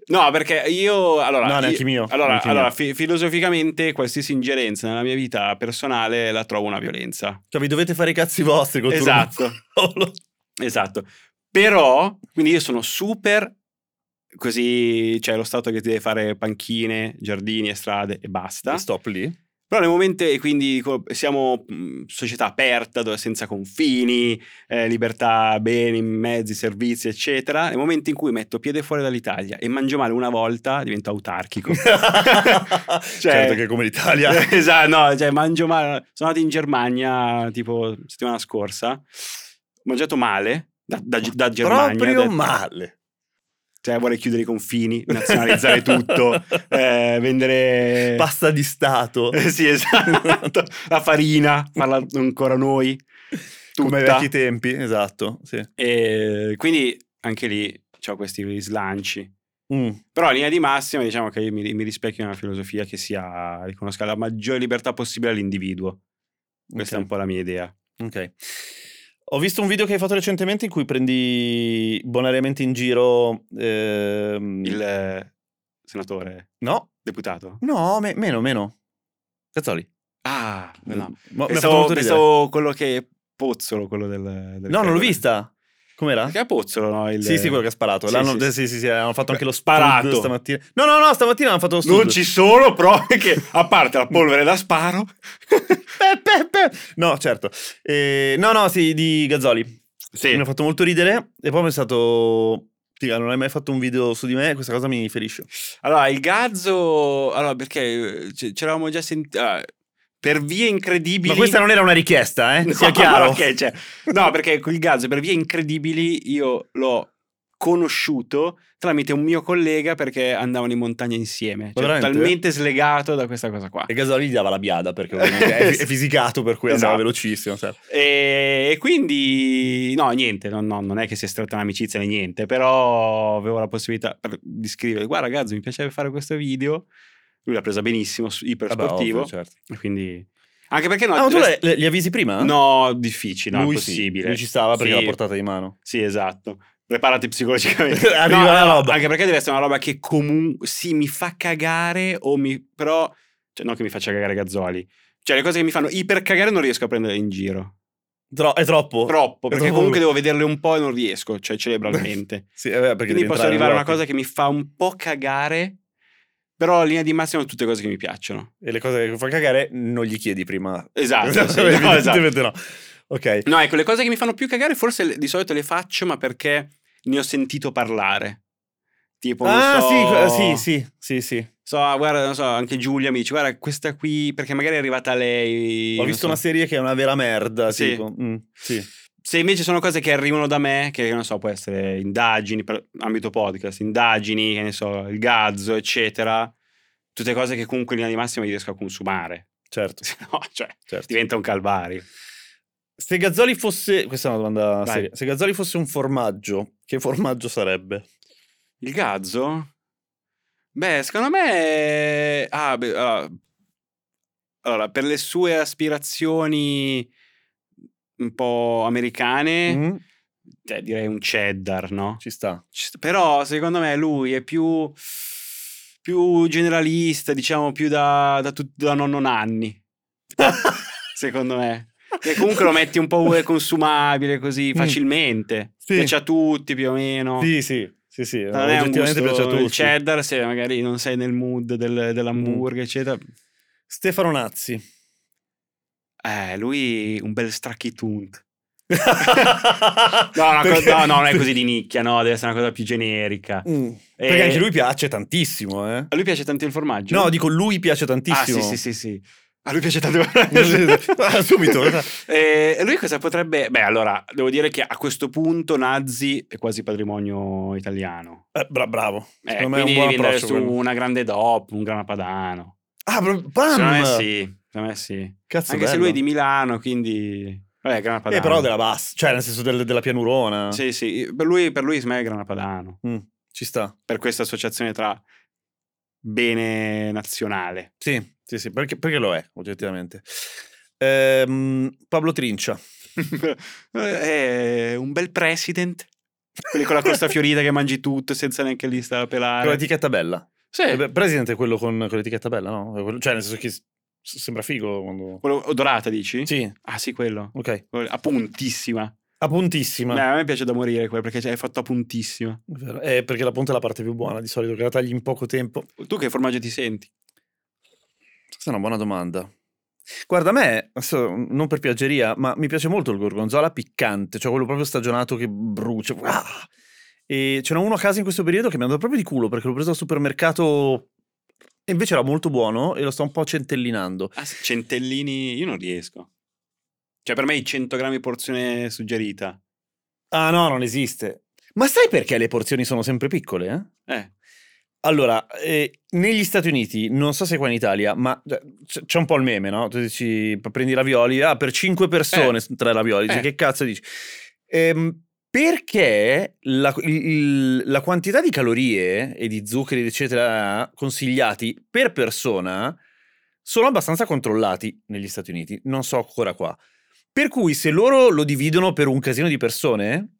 C: No, perché io. Allora,
D: No,
C: io-
D: neanche mio,
C: Allora,
D: neanche mio.
C: allora, fi- filosoficamente, qualsiasi ingerenza nella mia vita personale la trovo una violenza.
D: Cioè, vi dovete fare i cazzi vostri col
C: Esatto.
D: turno.
C: Esatto. Però, quindi io sono super così, cioè lo stato che ti deve fare panchine, giardini e strade e basta.
D: Stop lì.
C: Però nel momento, e quindi dico, siamo mh, società aperta, dove senza confini, eh, libertà, beni, mezzi, servizi, eccetera. Nel momento in cui metto piede fuori dall'Italia e mangio male una volta, divento autarchico.
D: certo che come l'Italia.
C: esatto, no, cioè mangio male. Sono andato in Germania tipo settimana scorsa, ho mangiato male. Da, da, da Germania ho
D: Proprio
C: detto,
D: male.
C: cioè vuole chiudere i confini, nazionalizzare tutto, eh, vendere
D: Pasta di Stato.
C: Eh, sì, esatto. La farina, parla ancora noi.
D: Come ai
C: tutta.
D: vecchi tempi, esatto. Sì.
C: E quindi anche lì ho questi slanci.
D: Mm.
C: Però in linea di massima diciamo che io mi, mi rispecchio in una filosofia che sia, riconosca la maggiore libertà possibile all'individuo. Questa
D: Ok.
C: è un po' la mia idea.
D: Ok. Ho visto un video che hai fatto recentemente in cui prendi bonariamente in giro. ehm,
C: Il eh, senatore,
D: No,
C: deputato.
D: no, me- meno, meno. Cazzoli.
C: Ah, no.
D: Ma- mi ha fatto
C: Pensavo,
D: molto ridere.
C: pensavo quello che è Pozzolo, quello del... del
D: No, non l'ho
C: Ferro.
D: vista. Com'era?
C: Perché è Pozzolo, no? Il-
D: Sì, sì, quello che ha sparato.
C: Sì,
D: L'hanno-
C: sì,
D: eh, sì, sì, sì, hanno fatto anche lo
C: Sparato.
D: sparato stamattina. No, no, no, stamattina hanno fatto lo stud.
C: Non ci sono, però, che a parte la polvere da sparo...
D: Pe, pe, pe. No, certo. Eh, no, no, sì, di Gazzoli.
C: Sì.
D: Mi ha fatto molto ridere e poi ho pensato... Figa, non hai mai fatto un video su di me? Questa cosa mi ferisce.
C: Allora, il Gazzo... Allora, perché eh, ce ce l'avevamo già sentito... per vie incredibili...
D: Ma questa non era una richiesta, eh?
C: No,
D: sia chiaro.
C: ok, cioè, no, perché il Gazzo, per vie incredibili, io l'ho conosciuto tramite un mio collega perché andavano in montagna insieme. Cioè,
D: veramente?
C: totalmente slegato da questa cosa qua.
D: E Gazzoli gli dava la biada perché ovviamente è, è fisicato per cui andava
C: Esatto.
D: velocissimo. certo.
C: E, e quindi, no, niente, no, no, non è che sia stata un'amicizia né niente, però avevo la possibilità per- di scrivere, guarda ragazzo, mi piacerebbe fare questo video. Lui l'ha presa benissimo, su- iper
D: Vabbè,
C: sportivo.
D: ovvio, certo.
C: e quindi... Anche perché no...
D: Ah, ma tu
C: rest-
D: le- le- li avvisi prima?
C: No, difficile, no,
D: lui sì,
C: impossibile.
D: lui ci stava perché
C: Sì,
D: l'ha portata di mano.
C: Sì, esatto. Preparati psicologicamente.
D: Arriva
C: No,
D: la
C: no,
D: roba.
C: Anche perché deve essere una roba che comunque sì, mi fa cagare o mi però cioè non che mi faccia cagare Gazzoli. Cioè le cose che mi fanno iper cagare non riesco a prendere in giro.
D: Tro- è troppo.
C: Troppo, perché
D: troppo.
C: comunque devo vederle un po' e non riesco, cioè cerebralmente.
D: Sì, eh, beh, perché
C: Quindi
D: devi
C: posso
D: entrare
C: arrivare a una
D: nell'ottica.
C: cosa che mi fa un po' cagare, però in linea di massima sono tutte cose che mi piacciono.
D: E le cose che fa cagare non gli chiedi prima.
C: Esatto, sì, no, esatto.
D: Evidentemente no. Ok.
C: No, ecco, le cose che mi fanno più cagare forse le- di solito le faccio, ma perché ne ho sentito parlare. Tipo, non
D: Ah,
C: so-
D: sì, que- sì, sì, sì, sì.
C: So, guarda, non so, anche Giulia mi dice, guarda, questa qui, perché magari è arrivata lei.
D: Ho
C: non
D: visto
C: so.
D: una serie che è una vera merda.
C: Sì.
D: Tipo. Mm, sì.
C: Se invece sono cose che arrivano da me, che non so, può essere indagini, per ambito podcast, indagini, che ne so, il gazzo, eccetera. Tutte cose che comunque in linea di massima io riesco a consumare.
D: Certo,
C: Se no, cioè,
D: certo.
C: diventa un calvario.
D: Se Gazzoli fosse. Questa è una domanda
C: Vai.
D: seria. Se Gazzoli fosse un formaggio, che formaggio sarebbe?
C: Il gazzo? Beh, secondo me... Ah, beh, allora, allora, per le sue aspirazioni un po' americane,
D: Mm,
C: cioè, direi un cheddar, no?
D: Ci sta.
C: Ci sta- Però secondo me lui è più, più generalista, diciamo più da, da tut- da nonno Nanni, secondo me. Che comunque lo metti un po' consumabile così
D: Mm.
C: facilmente.
D: Sì.
C: Piace a tutti più o meno.
D: Sì, sì, sì, sì.
C: Non è un
D: oggettivamente piace a
C: gusto
D: tutti.
C: il cheddar se magari non sei nel mood del- dell'hamburger,
D: Mm.
C: eccetera.
D: Stefano Nazzi.
C: Eh, lui un bel stracchitunt. No, una
D: Perché-
C: cosa- no, no, non è così di nicchia, no, deve essere una cosa più generica.
D: Mm,
C: Eh,
D: Perché anche lui piace tantissimo, eh.
C: A lui piace tanto il formaggio?
D: No, dico lui piace
C: Ah,
D: tantissimo.
C: sì, sì, sì, sì. A lui piace tanto.
D: Ah, subito.
C: Eh, lui cosa potrebbe. Beh, allora, devo dire che a questo punto Nazzi è quasi patrimonio italiano.
D: Eh, bra- bravo.
C: Eh,
D: Secondo me è
C: quindi
D: un buon
C: devi andare
D: approccio.
C: su
D: quello.
C: una grande DOP, un grana padano.
D: Ah, bra-
C: Secondo
D: bam!
C: me sì. Secondo me sì.
D: Cazzo,
C: Anche se
D: bello.
C: lui è di Milano, quindi. Vabbè, grana padano.
D: Eh, però della bassa, cioè nel senso del- della pianurona.
C: Sì, sì. Per lui, per lui secondo me è grana padano.
D: Mm, ci sta.
C: Per questa associazione tra bene nazionale.
D: Sì, sì, sì, perché, perché lo è, oggettivamente. Ehm, Pablo Trincia.
C: Eh, un bel president. Quelli con la costa fiorita che mangi tutto senza neanche lì stare a
D: Con
C: pelare.
D: l'etichetta bella. Eh,
C: Sì,
D: beh, Presente quello con, con l'etichetta bella, no? Quello- Cioè, nel senso che s- sembra figo quando...
C: quello odorata dici?
D: Sì,
C: Ah sì, quello.
D: ok.
C: A puntissima.
D: Appuntissima.
C: Beh, a me piace da morire quella perché cioè, è fatta a puntissima.
D: Vero. Eh, perché la punta è la parte più buona di solito, che la tagli in poco tempo.
C: Tu che formaggio ti senti?
D: Questa è una buona domanda. Guarda, a me, adesso, non per piaggeria, ma mi piace molto il gorgonzola piccante, cioè quello proprio stagionato che brucia. Ah! E ce n'è uno a casa in questo periodo che mi è andato proprio di culo perché l'ho preso al supermercato e invece era molto buono e lo sto un po' centellinando.
C: Ah, sì, centellini, io non riesco. Cioè, per me i 100 grammi porzione suggerita.
D: Ah no, non esiste. Ma sai perché le porzioni sono sempre piccole? Eh?
C: Eh,
D: Allora, eh, negli Stati Uniti, non so se qua in Italia, ma eh, c- c'è un po' il meme, no? Tu dici, p- prendi i ravioli, ah, per 5 persone,
C: Eh.
D: sono tre ravioli, dici,
C: Eh.
D: che cazzo dici? Ehm, perché la, il- il- la quantità di calorie e di zuccheri, eccetera, consigliati per persona sono abbastanza controllati negli Stati Uniti, non so ancora qua. Per cui se loro lo dividono per un casino di persone,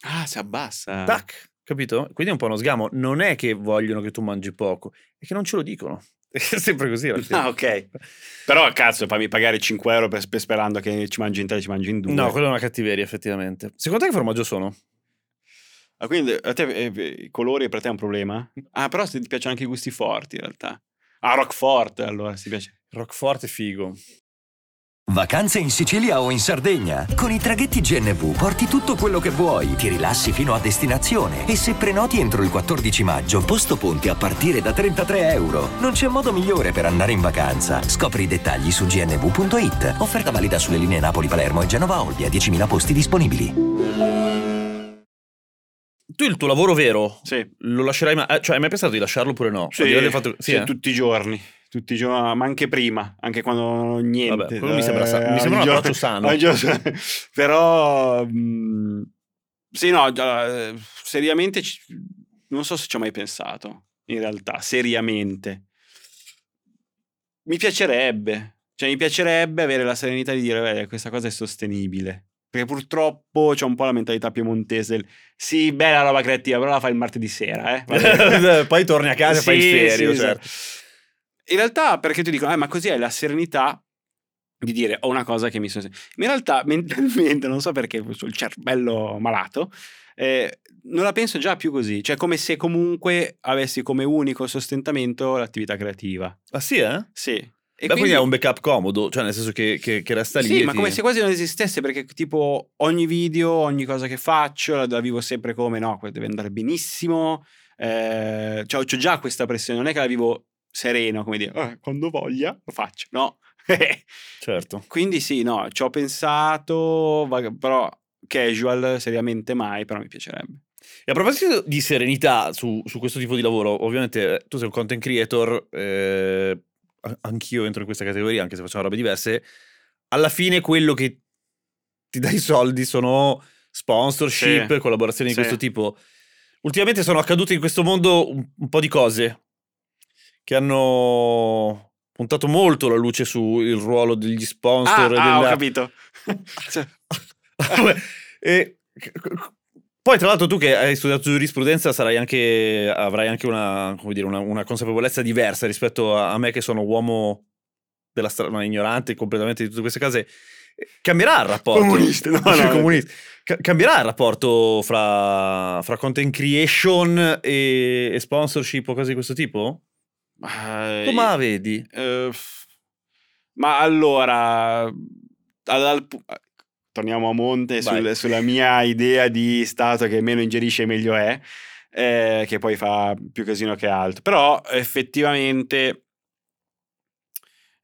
C: ah, si abbassa.
D: Tac, capito? Quindi è un po' uno sgamo. Non è che vogliono che tu mangi poco, è che non ce lo dicono. È sempre così. alla fine.
C: Ah, ok. Però, cazzo, fammi pagare 5 euro per, per- sperando che ci mangi in tre, ci mangi in due.
D: No, quella è una cattiveria, effettivamente. Secondo te che formaggio sono?
C: Ah, quindi a te, eh, i colori per te è un problema? Ah, però se ti piacciono anche i gusti forti, in realtà. Ah, Rockfort, allora, se ti piace.
D: Rockfort è figo.
G: Vacanze in Sicilia o in Sardegna? Con i traghetti GNV porti tutto quello che vuoi, ti rilassi fino a destinazione e se prenoti entro il 14 maggio, posto ponti a partire da 33 euro. Non c'è modo migliore per andare in vacanza. Scopri i dettagli su gnv.it. Offerta valida sulle linee Napoli-Palermo e Genova-Olbia, 10.000 posti disponibili.
D: Tu il tuo lavoro vero
C: Sì.
D: lo lascerai mai? eh, Cioè, hai mai pensato di lasciarlo oppure no? Al di là del fatto- sì,
C: sì,
D: eh?
C: tutti i giorni. Tutti i giorni, ma anche prima, anche quando niente. eh,
D: Vabbè, quello mi sembra sa- mi
C: ogni
D: sembra un
C: giorno-
D: approccio sano.
C: ogni giorno- Però, mm, sì, no, già, eh, seriamente, ci- non so se ci ho mai pensato, in realtà, seriamente. Mi piacerebbe, cioè mi piacerebbe avere la serenità di dire, "Beh, questa cosa è sostenibile. Perché purtroppo c'è un po' la mentalità piemontese, del, sì, bella roba creativa, però la fai il martedì sera, eh.
D: Poi torni a casa e fai il
C: Sì,
D: serio,
C: sì,
D: certo.
C: sì. In realtà, perché ti dico, "Eh, ma così hai la serenità di dire ho una cosa che mi sono. In realtà, mentalmente, non so perché ho il cervello malato, eh, non la penso già più così. Cioè, come se comunque avessi come unico sostentamento l'attività creativa.
D: Ah sì, eh? Beh,
C: Sì. E
D: quindi... è un backup comodo, cioè nel senso che, che- che resta lì.
C: sì,
D: e
C: ma
D: ti-
C: come se quasi non esistesse perché tipo ogni video, ogni cosa che faccio la, la vivo sempre come no, que- deve andare benissimo, eh, cioè, ho c'ho già questa pressione, non è che la vivo sereno come dire "Eh, quando voglia lo faccio, no.
D: Certo.
C: Quindi sì, no, ci ho pensato, va- però casual seriamente mai, però mi piacerebbe.
D: E a proposito di serenità su, su questo tipo di lavoro, ovviamente eh, tu sei un content creator, eh, a- anch'io entro in questa categoria, anche se facciamo robe diverse. Alla fine quello che ti dà i soldi sono sponsorship,
C: Sì.
D: collaborazioni di
C: Sì.
D: questo tipo. Ultimamente sono accadute in questo mondo un, un po' di cose che hanno puntato molto la luce sul ruolo degli
C: Ah,
D: sponsor. e
C: ah, ho
D: della-
C: capito. Cioè,
D: e, poi, tra l'altro, tu che hai studiato giurisprudenza sarai anche, avrai anche una, come dire, una, una consapevolezza diversa rispetto a, a me, che sono uomo della strada, ignorante completamente di tutte queste cose. Cambierà il rapporto.
C: Comunista, no, no.
D: Comunista. Ca- cambierà il rapporto fra, fra content creation e, e sponsorship o cose di questo tipo?
C: ma-
D: Tu ma la vedi?
C: Eh, ma allora, al- al pu- torniamo a monte sul-
D: Vai.
C: sulla mia idea di Stato che meno ingerisce meglio è, eh, che poi fa più casino che altro. Però effettivamente,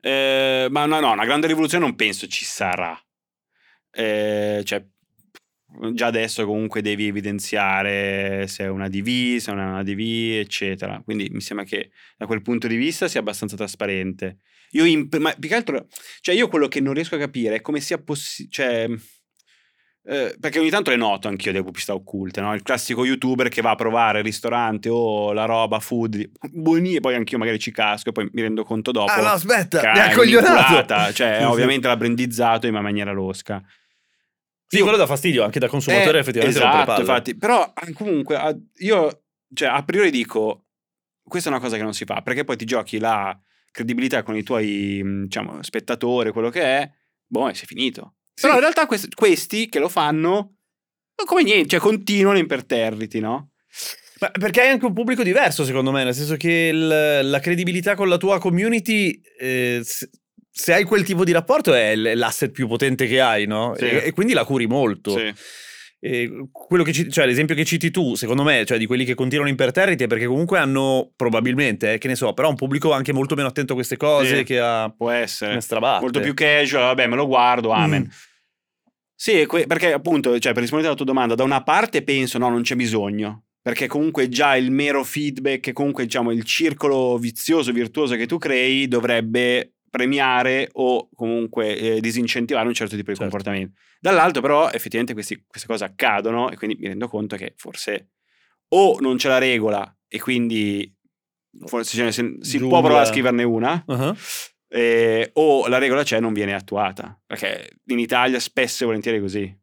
C: eh, ma no, no, una grande rivoluzione non penso ci sarà. Eh, cioè, già adesso comunque devi evidenziare se è una DV, se non è una DV, eccetera. Quindi mi sembra che da quel punto di vista sia abbastanza trasparente. Io, in- ma più che altro, cioè io quello che non riesco a capire è come sia possibile, cioè, eh, perché ogni tanto le noto anch'io delle pubblicità occulte, no? Il classico youtuber che va a provare il ristorante o la roba food, buoni, e poi anch'io magari ci casco e poi mi rendo conto dopo.
D: Ah, aspetta,
C: Cagna,
D: mi ha coglionato.
C: inculata, Cioè,
D: Sì, sì.
C: ovviamente l'ha brandizzato in una maniera losca.
D: Sì,
C: Io-
D: quello dà fastidio anche da consumatore,
C: Eh,
D: effettivamente.
C: esatto,
D: rompere palle.
C: infatti. Però ah, comunque ah, io cioè, a priori dico questa è una cosa che non si fa perché poi ti giochi la credibilità con i tuoi mh, diciamo, spettatori, quello che è, boh, e sei finito. Però in realtà quest- questi che lo fanno come niente, cioè continuano imperterriti, no?
D: Ma perché hai anche un pubblico diverso, secondo me, nel senso che il- la credibilità con la tua community, eh, se, se hai quel tipo di rapporto, è l- l'asset più potente che hai, no?
C: Sì.
D: E, e quindi la curi molto. E quello che ci- cioè, l'esempio che citi tu, secondo me, cioè di quelli che continuano imperterriti, è perché comunque hanno probabilmente, eh, che ne so, però un pubblico anche molto meno attento a queste cose,
C: Sì.
D: che ha
C: Può essere.
D: una strabatte.
C: molto più casual, vabbè, me lo guardo, amen. Mm. Sì, que- perché appunto, cioè, per rispondere alla tua domanda, da una parte penso no, non c'è bisogno, perché comunque già il mero feedback, e comunque diciamo il circolo vizioso, virtuoso che tu crei dovrebbe premiare o comunque eh, disincentivare un certo tipo di
D: Certo.
C: comportamento. Dall'altro però effettivamente questi- queste cose accadono e quindi mi rendo conto che forse o non c'è la regola e quindi forse ce ne- se- si può
D: Giungla.
C: provare a scriverne una,
D: Ah.
C: eh, o la regola c'è e non viene attuata. Perché in Italia spesso e volentieri è così.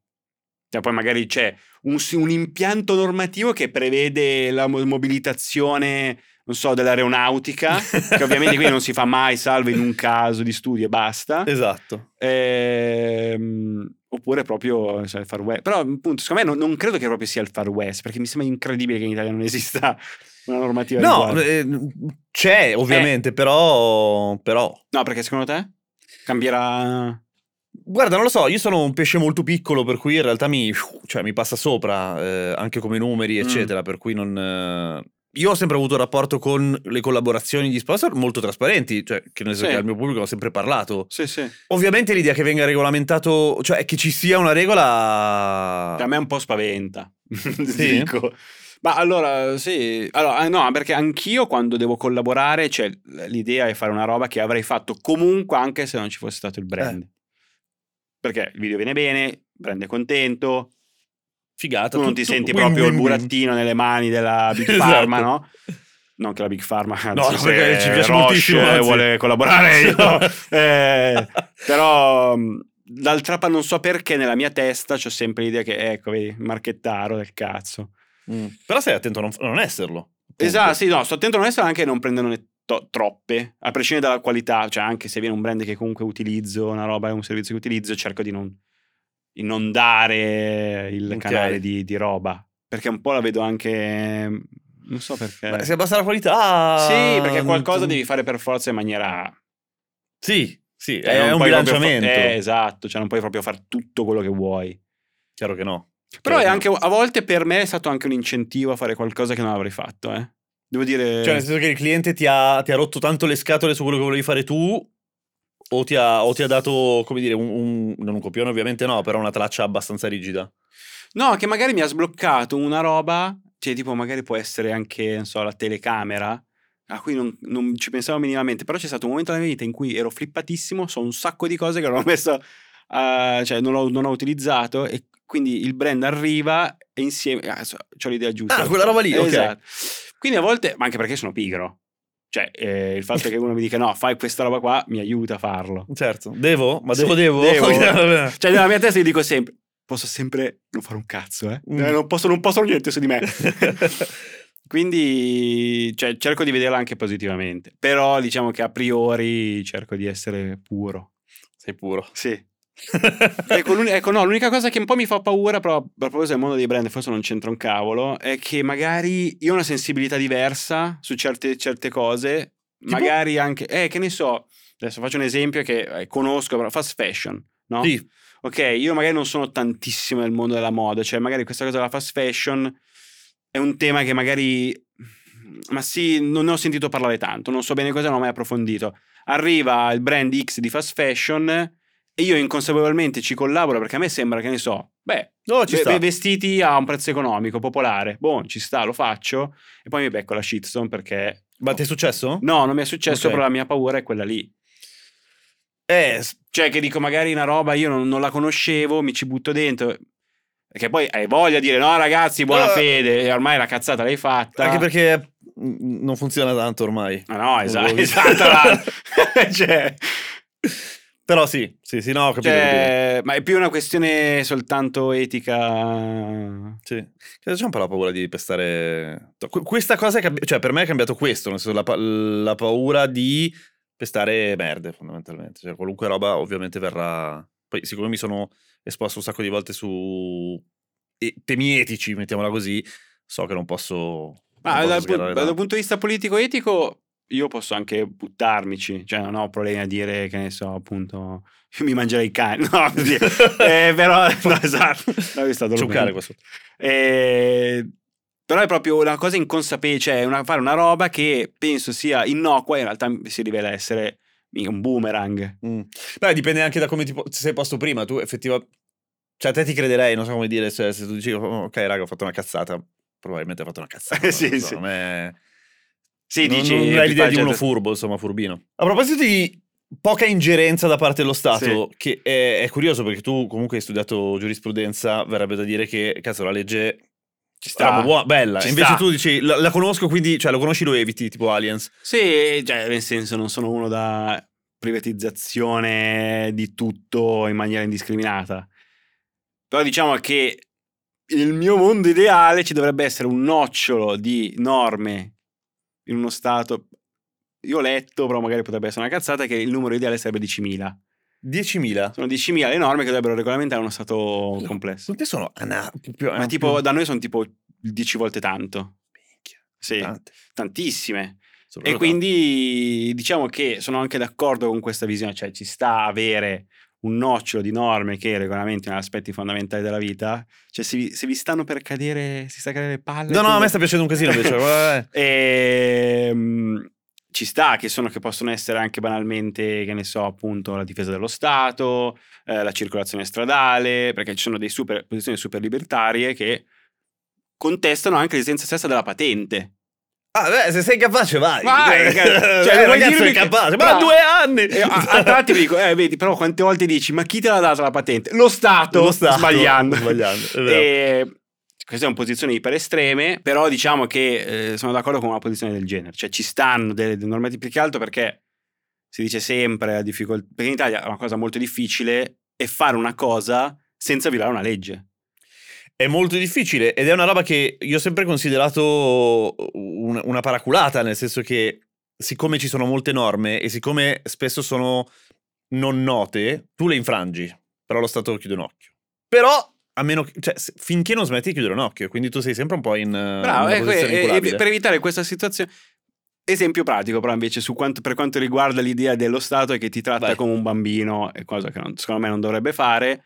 C: Cioè, poi magari c'è un, s- un impianto normativo che prevede la mo- mobilitazione, non so, dell'aeronautica, che ovviamente qui non si fa mai, salvo in un caso di studio e basta.
D: Esatto.
C: Ehm, oppure proprio sai, il far west. Però, appunto, secondo me non, non credo che proprio sia il far west, perché mi sembra incredibile che in Italia non esista una normativa. al
D: No,
C: riguardo. Eh.
D: eh, c'è ovviamente, però, però
C: no, perché secondo te cambierà...
D: Guarda, non lo so, io sono un pesce molto piccolo, per cui in realtà mi, cioè, mi passa sopra, eh, anche come
C: Mm.
D: numeri, eccetera, per cui non... eh, Io ho sempre avuto un rapporto con le collaborazioni di sponsor molto trasparenti, cioè che nel senso
C: Sì.
D: che al mio pubblico ho sempre parlato.
C: Sì, sì.
D: Ovviamente l'idea che venga regolamentato, cioè che ci sia una regola...
C: A me un po' spaventa, ti
D: Sì?
C: dico. Ma allora, sì, allora, ah, no, perché anch'io quando devo collaborare, cioè, l- l'idea è fare una roba che avrei fatto comunque anche se non ci fosse stato il brand.
D: Eh.
C: Perché il video viene bene, il brand è contento,
D: Figata.
C: tu non
D: tutto-
C: ti senti
D: win,
C: proprio
D: win,
C: il
D: win.
C: burattino nelle mani della Big
D: Esatto.
C: Pharma, no? Non che la Big Pharma, anzi,
D: no,
C: se
D: perché ci piace
C: Roche
D: moltissimo, anzi.
C: vuole collaborare, io, eh, però mh, d'altra parte non so perché nella mia testa c'ho sempre l'idea che ecco vedi marchettaro del cazzo
D: Mm. Però stai attento a non, a non esserlo. appunto.
C: esatto sì no sto attento a non essere anche a non prenderne to- troppe a prescindere dalla qualità cioè anche se viene un brand che comunque utilizzo una roba è un servizio che utilizzo cerco di non inondare il
D: Ok.
C: canale di, di roba perché un po' la vedo anche non so perché
D: Beh, se abbassa la qualità...
C: sì perché
D: non-
C: qualcosa devi fare per forza in maniera
D: Sì, sì,
C: Cioè,
D: è
C: non
D: un
C: puoi proprio
D: bilanciamento.
C: fa- eh, esatto, cioè non puoi proprio fare tutto quello che vuoi.
D: Chiaro che no.
C: Però
D: Chiaro
C: è
D: che
C: anche, a volte per me è stato anche un incentivo a fare qualcosa che non avrei fatto, eh. Devo dire...
D: Cioè, nel senso che il cliente ti ha, ti ha rotto tanto le scatole su quello che volevi fare tu, o ti ha, o ti ha dato, come dire, un, un- non un copione, ovviamente no, però una traccia abbastanza rigida.
C: No, che magari mi ha sbloccato una roba, cioè tipo magari può essere anche, non so, la telecamera, a cui non, non ci pensavo minimamente, però c'è stato un momento nella mia vita in cui ero flippatissimo, so un sacco di cose che non ho messo, eh, cioè non l'ho, non ho utilizzato e quindi il brand arriva e insieme... Ah, so, c'ho l'idea giusta.
D: Ah, quella roba lì, ok.
C: Esatto. Quindi a volte, ma anche perché sono pigro, cioè eh, il fatto che uno mi dica no, fai questa roba qua, mi aiuta a farlo.
D: Certo. Devo? Ma devo,
C: Sì,
D: devo?
C: devo. Cioè, nella mia testa io dico sempre: posso sempre non fare un cazzo, eh?
D: Mm.
C: Eh, non, posso, non posso niente su di me. Quindi cioè, cerco di vederla anche positivamente. Però diciamo che a priori cerco di essere puro.
D: Sei puro.
C: Sì. ecco, l'uni- ecco, no, l'unica cosa che un po' mi fa paura, però a proposito del mondo dei brand, forse non c'entra un cavolo, è che magari io ho una sensibilità diversa su certe, certe cose, magari anche, eh, che ne so, adesso faccio un esempio che eh, conosco, però fast fashion, no?
D: Sì.
C: Ok, io magari non sono tantissimo nel mondo della moda, cioè magari questa cosa della fast fashion è un tema che magari... Ma sì, non ne ho sentito parlare tanto, non so bene cosa, non ho mai approfondito. Arriva il brand X di fast fashion e io inconsapevolmente ci collaboro perché a me sembra che ne so, beh,
D: No, ci
C: ve-
D: sta.
C: ve- vestiti a un prezzo economico, popolare, buon, ci sta, lo faccio e poi mi becco la shitstorm perché...
D: Ma ti è successo?
C: No, non mi è successo,
D: Ok.
C: però la mia paura è quella lì.
D: Eh, s-
C: Cioè, che dico, magari una roba io non, non la conoscevo, mi ci butto dentro. Perché poi hai voglia di dire, no ragazzi, buona
D: Eh.
C: fede, e ormai la cazzata l'hai fatta.
D: anche perché mm, non funziona tanto ormai.
C: Ma no,
D: Non
C: esatto,
D: volevo-
C: esatto. la- cioè,
D: Però sì, sì, sì, no, ho capito. capito.
C: Cioè, ma è più una questione soltanto etica.
D: Sì. C'è un po' la paura di pestare. Qu- Questa cosa, è cambi- cioè, per me è cambiato questo: nel senso, la, pa- la paura di pestare merde, fondamentalmente. Cioè, qualunque roba, ovviamente, verrà. Poi, siccome mi sono esposto un sacco di volte su e- temi etici, mettiamola così, so che non posso.
C: Ma
D: non posso
C: dal, pu-
D: sgarrare
C: dal
D: tanto.
C: punto di vista politico-etico, io posso anche buttarmici, cioè non ho problemi a dire che ne so, appunto, mi mangerei il cane. No, per dire. Eh, però, no, esatto. No, è stato
D: C'è un
C: lungo.
D: cane qua sotto.
C: Eh, però è proprio una cosa inconsapevole, cioè una- fare una roba che penso sia innocua, in realtà si rivela essere un boomerang.
D: Mm. Beh, dipende anche da come ti po- ti sei posto prima. Tu effettivamente. Cioè, a te ti crederei, non so come dire. cioè, se tu dici, "Oh, ok, raga, ho fatto una cazzata. Probabilmente ho fatto una cazzata.
C: Sì,
D: non so,
C: sì.
D: non è-
C: Sì,
D: non,
C: dici...
D: non
C: ti
D: hai l'idea
C: fa-
D: di uno
C: certo-
D: furbo, insomma, furbino. A proposito di poca ingerenza da parte dello Stato, che è, è curioso perché tu comunque hai studiato giurisprudenza, verrebbe da dire che, cazzo, la legge
C: Ci sta.
D: strabo buona, bella.
C: Ci
D: Invece
C: sta.
D: tu dici, la, la conosco, quindi, cioè, lo conosci, lo eviti, tipo Aliens.
C: Sì, cioè, nel senso non sono uno da privatizzazione di tutto in maniera indiscriminata. Però diciamo che nel mio mondo ideale ci dovrebbe essere un nocciolo di norme in uno stato. Io ho letto, però magari potrebbe essere una cazzata, che il numero ideale sarebbe 10.000.
D: 10.000.
C: Sono 10.000 le norme che dovrebbero regolamentare uno stato complesso.
D: Quante sono? Ana- più-
C: Ma tipo da noi sono tipo 10 volte tanto. Sì,
D: Tante.
C: tantissime.
D: Sono
C: E
D: proprio
C: quindi diciamo che sono anche d'accordo con questa visione, cioè ci sta a avere un nocciolo di norme che regolamentano aspetti fondamentali della vita, cioè se vi, se vi stanno per cadere, si sta cadendo le palle.
D: No, no, a
C: quindi-
D: me sta piacendo un casino invece. guarda, guarda.
C: Ehm, ci sta che sono che possono essere anche banalmente, che ne so, appunto, la difesa dello Stato, eh, la circolazione stradale, perché ci sono dei super, posizioni super libertarie che contestano anche l'esistenza stessa della patente.
D: Ah, beh, se sei capace, vai.
C: Vai,
D: cioè,
C: cazzo. Cioè, vuoi
D: ragazzo,
C: dirmi
D: sei
C: che-
D: capace. Ma
C: Bravo.
D: due anni.
C: E Eh, a, a tratti mi dico, eh, vedi, però quante volte dici, ma chi te l'ha data la patente? Lo Stato,
D: Lo Stato.
C: sbagliando.
D: Sbagliando, è vero.
C: E queste sono posizioni iperestreme, però diciamo che eh, sono d'accordo con una posizione del genere, cioè ci stanno delle, delle normative più che altro perché si dice sempre la difficoltà, perché in Italia è una cosa molto difficile è fare una cosa senza violare una legge.
D: È molto difficile ed è una roba che io ho sempre considerato un- una paraculata, nel senso che siccome ci sono molte norme e siccome spesso sono non note, tu le infrangi, però lo Stato chiude un occhio. Però, a meno che, cioè, se- finché non smetti di chiudere un occhio, quindi tu sei sempre un po' in, eh, in
C: Bravo,
D: una
C: ecco,
D: posizione
C: e- e-
D: incurabile.
C: per evitare questa situazione... Esempio pratico, però, invece, su quanto- per quanto riguarda l'idea dello Stato è che ti tratta
D: Vai.
C: come un bambino, è cosa che non- secondo me non dovrebbe fare.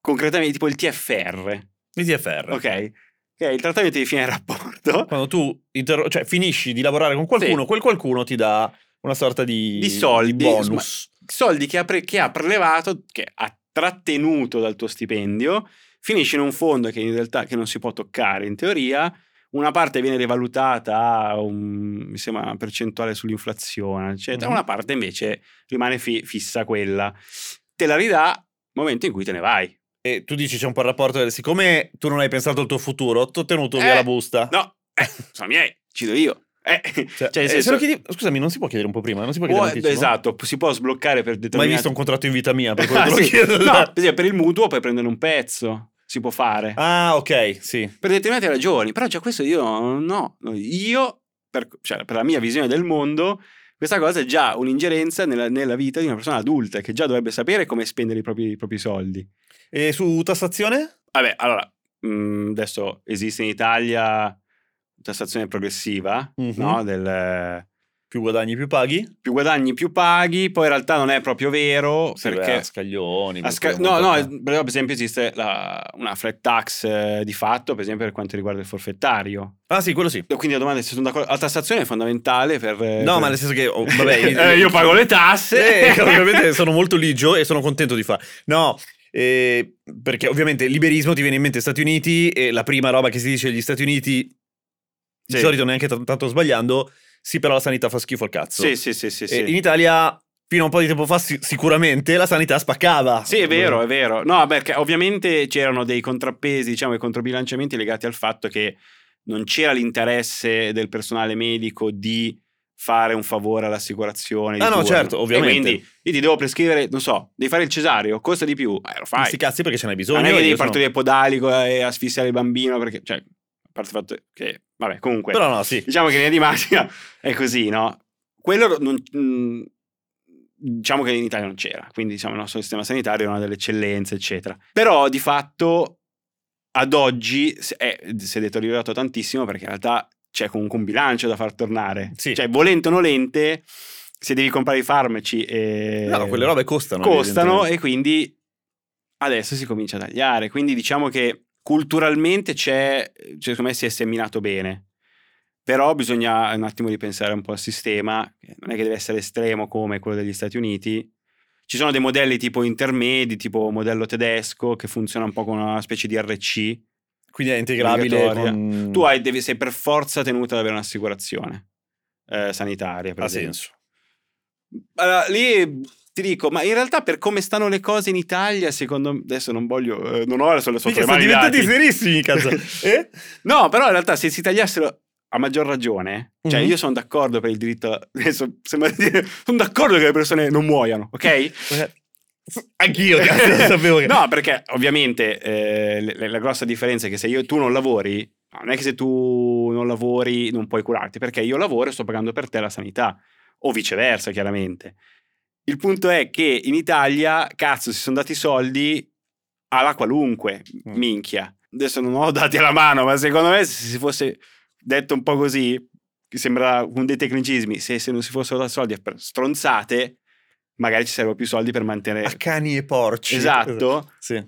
C: Concretamente, tipo il TFR,
D: ITFR.
C: ok? Che è il trattamento di fine rapporto
D: Quando tu interro- cioè, finisci di lavorare con qualcuno,
C: Sì.
D: quel qualcuno ti dà una sorta di,
C: Di soldi,
D: bonus.
C: soldi che ha, pre- che ha prelevato, che ha trattenuto dal tuo stipendio, finisce in un fondo che in realtà che non si può toccare in teoria, una parte viene rivalutata a un, mi sembra una percentuale sull'inflazione, eccetera,
D: Mhm.
C: una parte invece rimane fi- fissa quella, te la ridà nel momento in cui te ne vai.
D: E tu dici c'è un po' il rapporto, del- siccome tu non hai pensato al tuo futuro, ti ho tenuto
C: Eh,
D: via la busta.
C: No, eh, sono miei, decido io. Eh,
D: Cioè,
C: cioè, nel
D: eh,
C: senso-
D: se lo chiedi- Scusami, non si può chiedere un po' prima? Non si può
C: può-
D: chiedere un
C: esatto, si può sbloccare per
D: Mai
C: determinati...
D: visto un contratto in vita mia, per quello
C: Ah,
D: che lo
C: sì.
D: chiedo.
C: No, per esempio, per il mutuo puoi prendere un pezzo, si può fare.
D: Ah, ok, sì.
C: per determinate ragioni. Però già questo io no, no, io per, cioè, per la mia visione del mondo questa cosa è già un'ingerenza nella, nella vita di una persona adulta che già dovrebbe sapere come spendere i propri, i propri soldi.
D: E su tassazione?
C: Vabbè, allora, mh, adesso esiste in Italia tassazione progressiva,
D: Mhm.
C: no? Del,
D: Più guadagni, più paghi?
C: più guadagni più paghi, poi in realtà non è proprio vero
D: Sì,
C: perché...
D: beh, a scaglioni.
C: A sca-
D: per-
C: no, no,
D: per-
C: però, per esempio esiste la- una flat tax eh, di fatto, per esempio per quanto riguarda il forfettario.
D: Ah, sì, quello sì.
C: E Quindi la domanda è se sono d'accordo. La tassazione è fondamentale per.
D: No, ma nel senso che... oh, vabbè,
C: Eh, io pago le tasse.
D: Eh, ovviamente sono molto ligio e sono contento di fare. No, eh, perché ovviamente il liberismo ti viene in mente Stati Uniti e la prima roba che si dice agli Stati Uniti, di
C: Sì.
D: solito neanche t- tanto sbagliando, sì però la sanità fa schifo al cazzo.
C: Sì, sì, sì, sì.
D: E
C: Sì,
D: Eh, In Italia, fino a un po' di tempo fa, si- sicuramente la sanità spaccava.
C: Sì, è vero, è vero. No, perché ovviamente c'erano dei contrappesi, diciamo, e controbilanciamenti legati al fatto che non c'era l'interesse del personale medico di fare un favore all'assicurazione. di
D: Ah, no,
C: turno.
D: certo,
C: E
D: ovviamente.
C: quindi io ti devo prescrivere, non so, devi fare il cesareo, costa di più, eh, lo
D: Ma
C: fai.
D: sti cazzi perché ce n'hai bisogno.
C: Non è che
D: io
C: devi
D: sono-
C: partire podalico e asfissiare il bambino perché, cioè, a parte il fatto che, vabbè, comunque,
D: Però no, sì.
C: diciamo che in linea di massima è così, no? Quello non- mm, diciamo che in Italia non c'era, quindi diciamo il nostro sistema sanitario era una delle eccellenze, eccetera. Però di fatto ad oggi se- è- si è deteriorato tantissimo perché in realtà c'è comunque un bilancio da far tornare.
D: Sì.
C: Cioè, volente o nolente, se devi comprare i farmaci e...
D: No, quelle robe costano.
C: Costano
D: evidentemente.
C: e quindi adesso si comincia a tagliare. Quindi diciamo che culturalmente c'è, cioè, secondo me si è seminato bene. Però bisogna un attimo ripensare un po' al sistema, che non è che deve essere estremo come quello degli Stati Uniti. Ci sono dei modelli tipo intermedi, tipo modello tedesco, che funziona un po' con una specie di RC.
D: Quindi è integrabile
C: Obbligatoria.
D: con...
C: Tu hai- devi- sei per forza tenuto ad avere un'assicurazione eh, sanitaria. Per
D: Ha
C: esempio.
D: senso.
C: Allora, lì ti dico, ma in realtà per come stanno le cose in Italia, secondo me, adesso non voglio, eh, non ho adesso le sotto
D: Mica sono
C: le mani i
D: diventati
C: dati.
D: serissimi, cazzo. eh?
C: No, però in realtà se si tagliassero a maggior ragione, cioè
D: Mhm.
C: io sono d'accordo per il diritto, alla- adesso sembra di dire, sono d'accordo che le persone non muoiano, ok?
D: Anch'io, cazzo, lo sapevo che...
C: No, perché ovviamente eh, le- le- la grossa differenza è che se io, tu non lavori, non è che se tu non lavori non puoi curarti, perché io lavoro e sto pagando per te la sanità, o viceversa chiaramente. Il punto è che in Italia, cazzo, si sono dati i soldi alla qualunque,
D: Mm.
C: minchia. Adesso non ho dati alla mano, ma secondo me se si fosse detto un po' così, che sembra un dei tecnicismi, se, se non si fossero dati soldi per stronzate, magari ci sarebbero più soldi per mantenere...
D: A cani e porci.
C: Esatto.
D: Sì.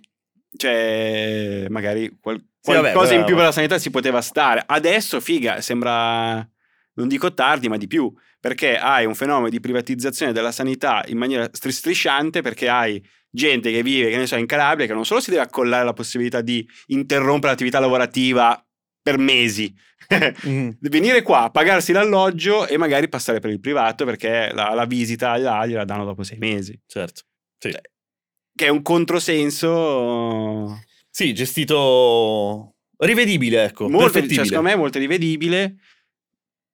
C: Cioè, magari qual-
D: Sì, vabbè,
C: qualcosa in più
D: bravo.
C: per la sanità si poteva stare. Adesso, figa, sembra, non dico tardi, ma di più, perché hai un fenomeno di privatizzazione della sanità in maniera stris- strisciante, perché hai gente che vive, che ne so, in Calabria, che non solo si deve accollare la possibilità di interrompere l'attività lavorativa per mesi,
D: Mm.
C: venire qua, pagarsi l'alloggio e magari passare per il privato, perché la, la visita là gliela danno dopo sei mesi.
D: Certo. Sì.
C: Cioè, che è un controsenso...
D: Sì, gestito... Rivedibile, ecco.
C: molto, cioè,
D: perfettibile.
C: secondo me è molto rivedibile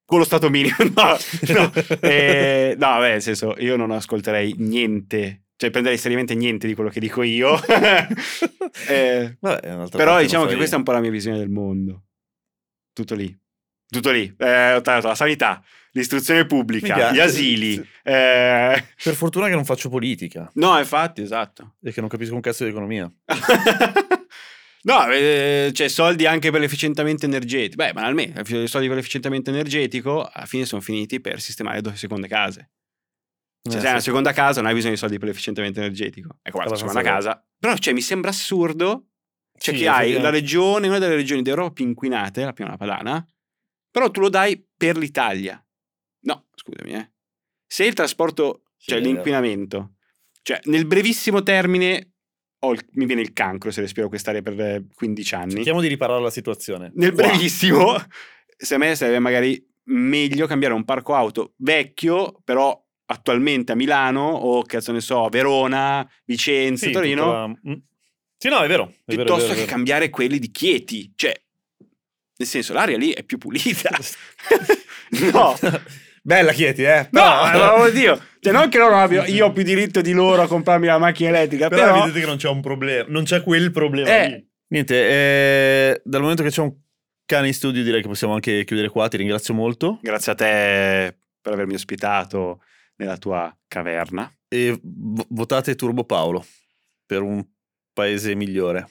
C: con lo stato minimo no, no. Eh, no, beh nel senso io non ascolterei niente cioè prenderei seriamente niente di quello che dico io Eh,
D: Vabbè, è un'altra
C: però
D: parte,
C: diciamo
D: non so
C: che
D: io.
C: questa è un po' la mia visione del mondo tutto lì tutto lì Eh, ho tagliato la sanità l'istruzione
D: Mi
C: pubblica
D: piace.
C: gli asili eh,
D: Per fortuna che non faccio politica
C: no infatti esatto
D: e che non capisco un cazzo di economia.
C: No, eh, cioè soldi anche per l'efficientamento energetico. Beh, banalmente, i soldi per l'efficientamento energetico alla fine sono finiti per sistemare due seconde case. Cioè,
D: Eh,
C: se hai una
D: sì.
C: seconda casa non hai bisogno di soldi per l'efficientamento energetico. Ecco, guarda, la
D: Abbastanza
C: seconda casa. Però, cioè, mi sembra assurdo. Cioè,
D: Sì,
C: che hai la
D: effettivamente.
C: regione, una delle regioni d'Europa più inquinate, la pianola padana, però tu lo dai per l'Italia. No, scusami, eh. Se il trasporto,
D: Sì,
C: cioè
D: è vero.
C: l'inquinamento, cioè nel brevissimo termine ho il- mi viene il cancro se respiro quest'aria per eh, 15 anni.
D: Cerchiamo di riparare la situazione.
C: Nel
D: Qua.
C: brevissimo, se a me sarebbe magari meglio cambiare un parco auto vecchio, però attualmente a Milano o cazzo ne so, a Verona, Vicenza,
D: Sì,
C: Torino,
D: tutta la- mm. Sì, no, è vero. è vero, è
C: piuttosto
D: vero, è
C: che
D: vero.
C: cambiare quelli di Chieti. Cioè, nel senso, l'aria lì è più pulita. no.
D: Bella Chieti, eh.
C: No, ma oddio, cioè non che loro abbiano, io ho più diritto di loro a comprarmi la macchina elettrica,
D: Però,
C: però,
D: vedete che non c'è un problema, non c'è quel problema
C: Eh.
D: lì. Niente, eh, dal momento che c'è un cane in studio direi che possiamo anche chiudere qua, ti ringrazio molto
C: Grazie a te per avermi ospitato nella tua caverna.
D: e vo- votate Turbo Paolo per un paese migliore.